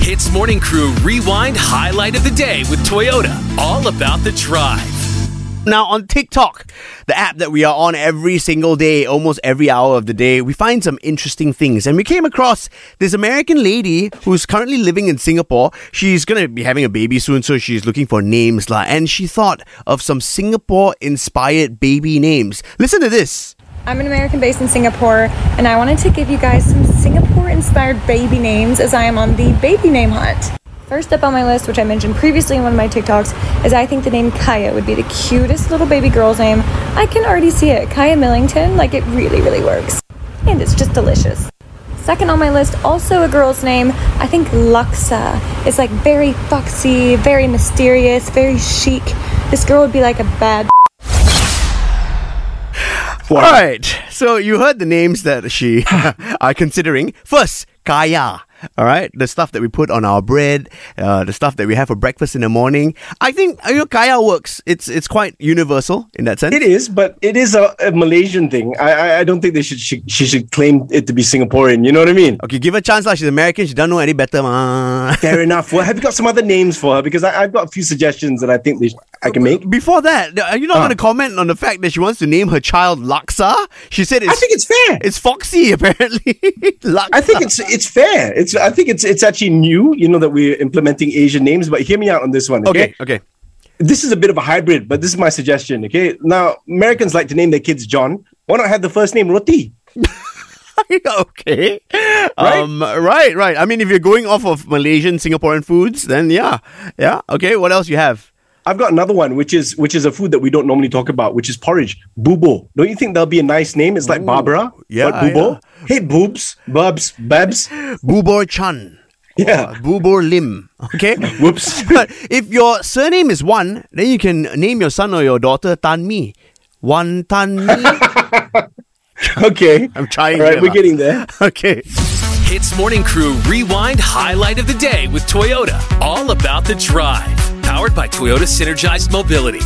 Hits Morning Crew Rewind Highlight of the Day with Toyota. All about the drive. Now on TikTok, the app that we are on every single day, almost every hour of the day, we find some interesting things. And we came across this American lady who's currently living in Singapore. She's going to be having a baby soon, so she's looking for names lah. And she thought of some Singapore-inspired baby names. Listen to this. I'm an American based in Singapore, and I wanted to give you guys some Singapore inspired baby names as I am on the baby name hunt. First up on my list, which I mentioned previously in one of my TikToks, is I think the name Kaya would be the cutest little baby girl's name. I can already see it. Kaya Millington, like it really, really works. And it's just delicious. Second on my list, also a girl's name, I think Luxa. It's like very foxy, very mysterious, very chic. This girl would be like a bad All right. So you heard the names that she are considering. First, Kaya. All right, the stuff that we put on our bread, uh, the stuff that we have for breakfast in the morning. I think you know, Kaya works. It's it's quite universal in that sense. It is, but it is a, a Malaysian thing. I, I I don't think they should she, she should claim it to be Singaporean. You know what I mean? Okay, give her a chance lah. She's American. She doesn't know any better, ma. Fair enough. Well, have you got some other names for her? Because I, I've got a few suggestions that I think they sh- I can make. Before that, are Ah. you not going to comment on the fact that she wants to name her child Laksa? She said it's I think it's fair. it's foxy apparently. Laksa. I think it's it's fair. It's I think it's it's actually new. You know that we're implementing Asian names, but hear me out on this one. okay. Okay. this is a bit of a hybrid, but this is my suggestion. Okay, now Americans like to name their kids John. Why not have the first name Roti? okay. Um, right, right. I mean, if you're going off of Malaysian, Singaporean foods, then yeah, yeah. Okay. What else you have? I've got another one, which is which is a food that we don't normally talk about, which is porridge. Bubo. Don't you think that'll be a nice name? It's like Barbara, yeah, Oh, but Bubo. Hey, boobs, bubs, babs. Bubor Chan. Yeah. Bubor Lim. Okay. Whoops. but if your surname is Wan, then you can name your son or your daughter Tan Mi. Wan Tan Mi. okay. I'm trying. All right, here, we're lah. getting there. Okay. Hits Morning Crew Rewind Highlight of the Day with Toyota. All about the drive. Powered by Toyota Synergized Mobility.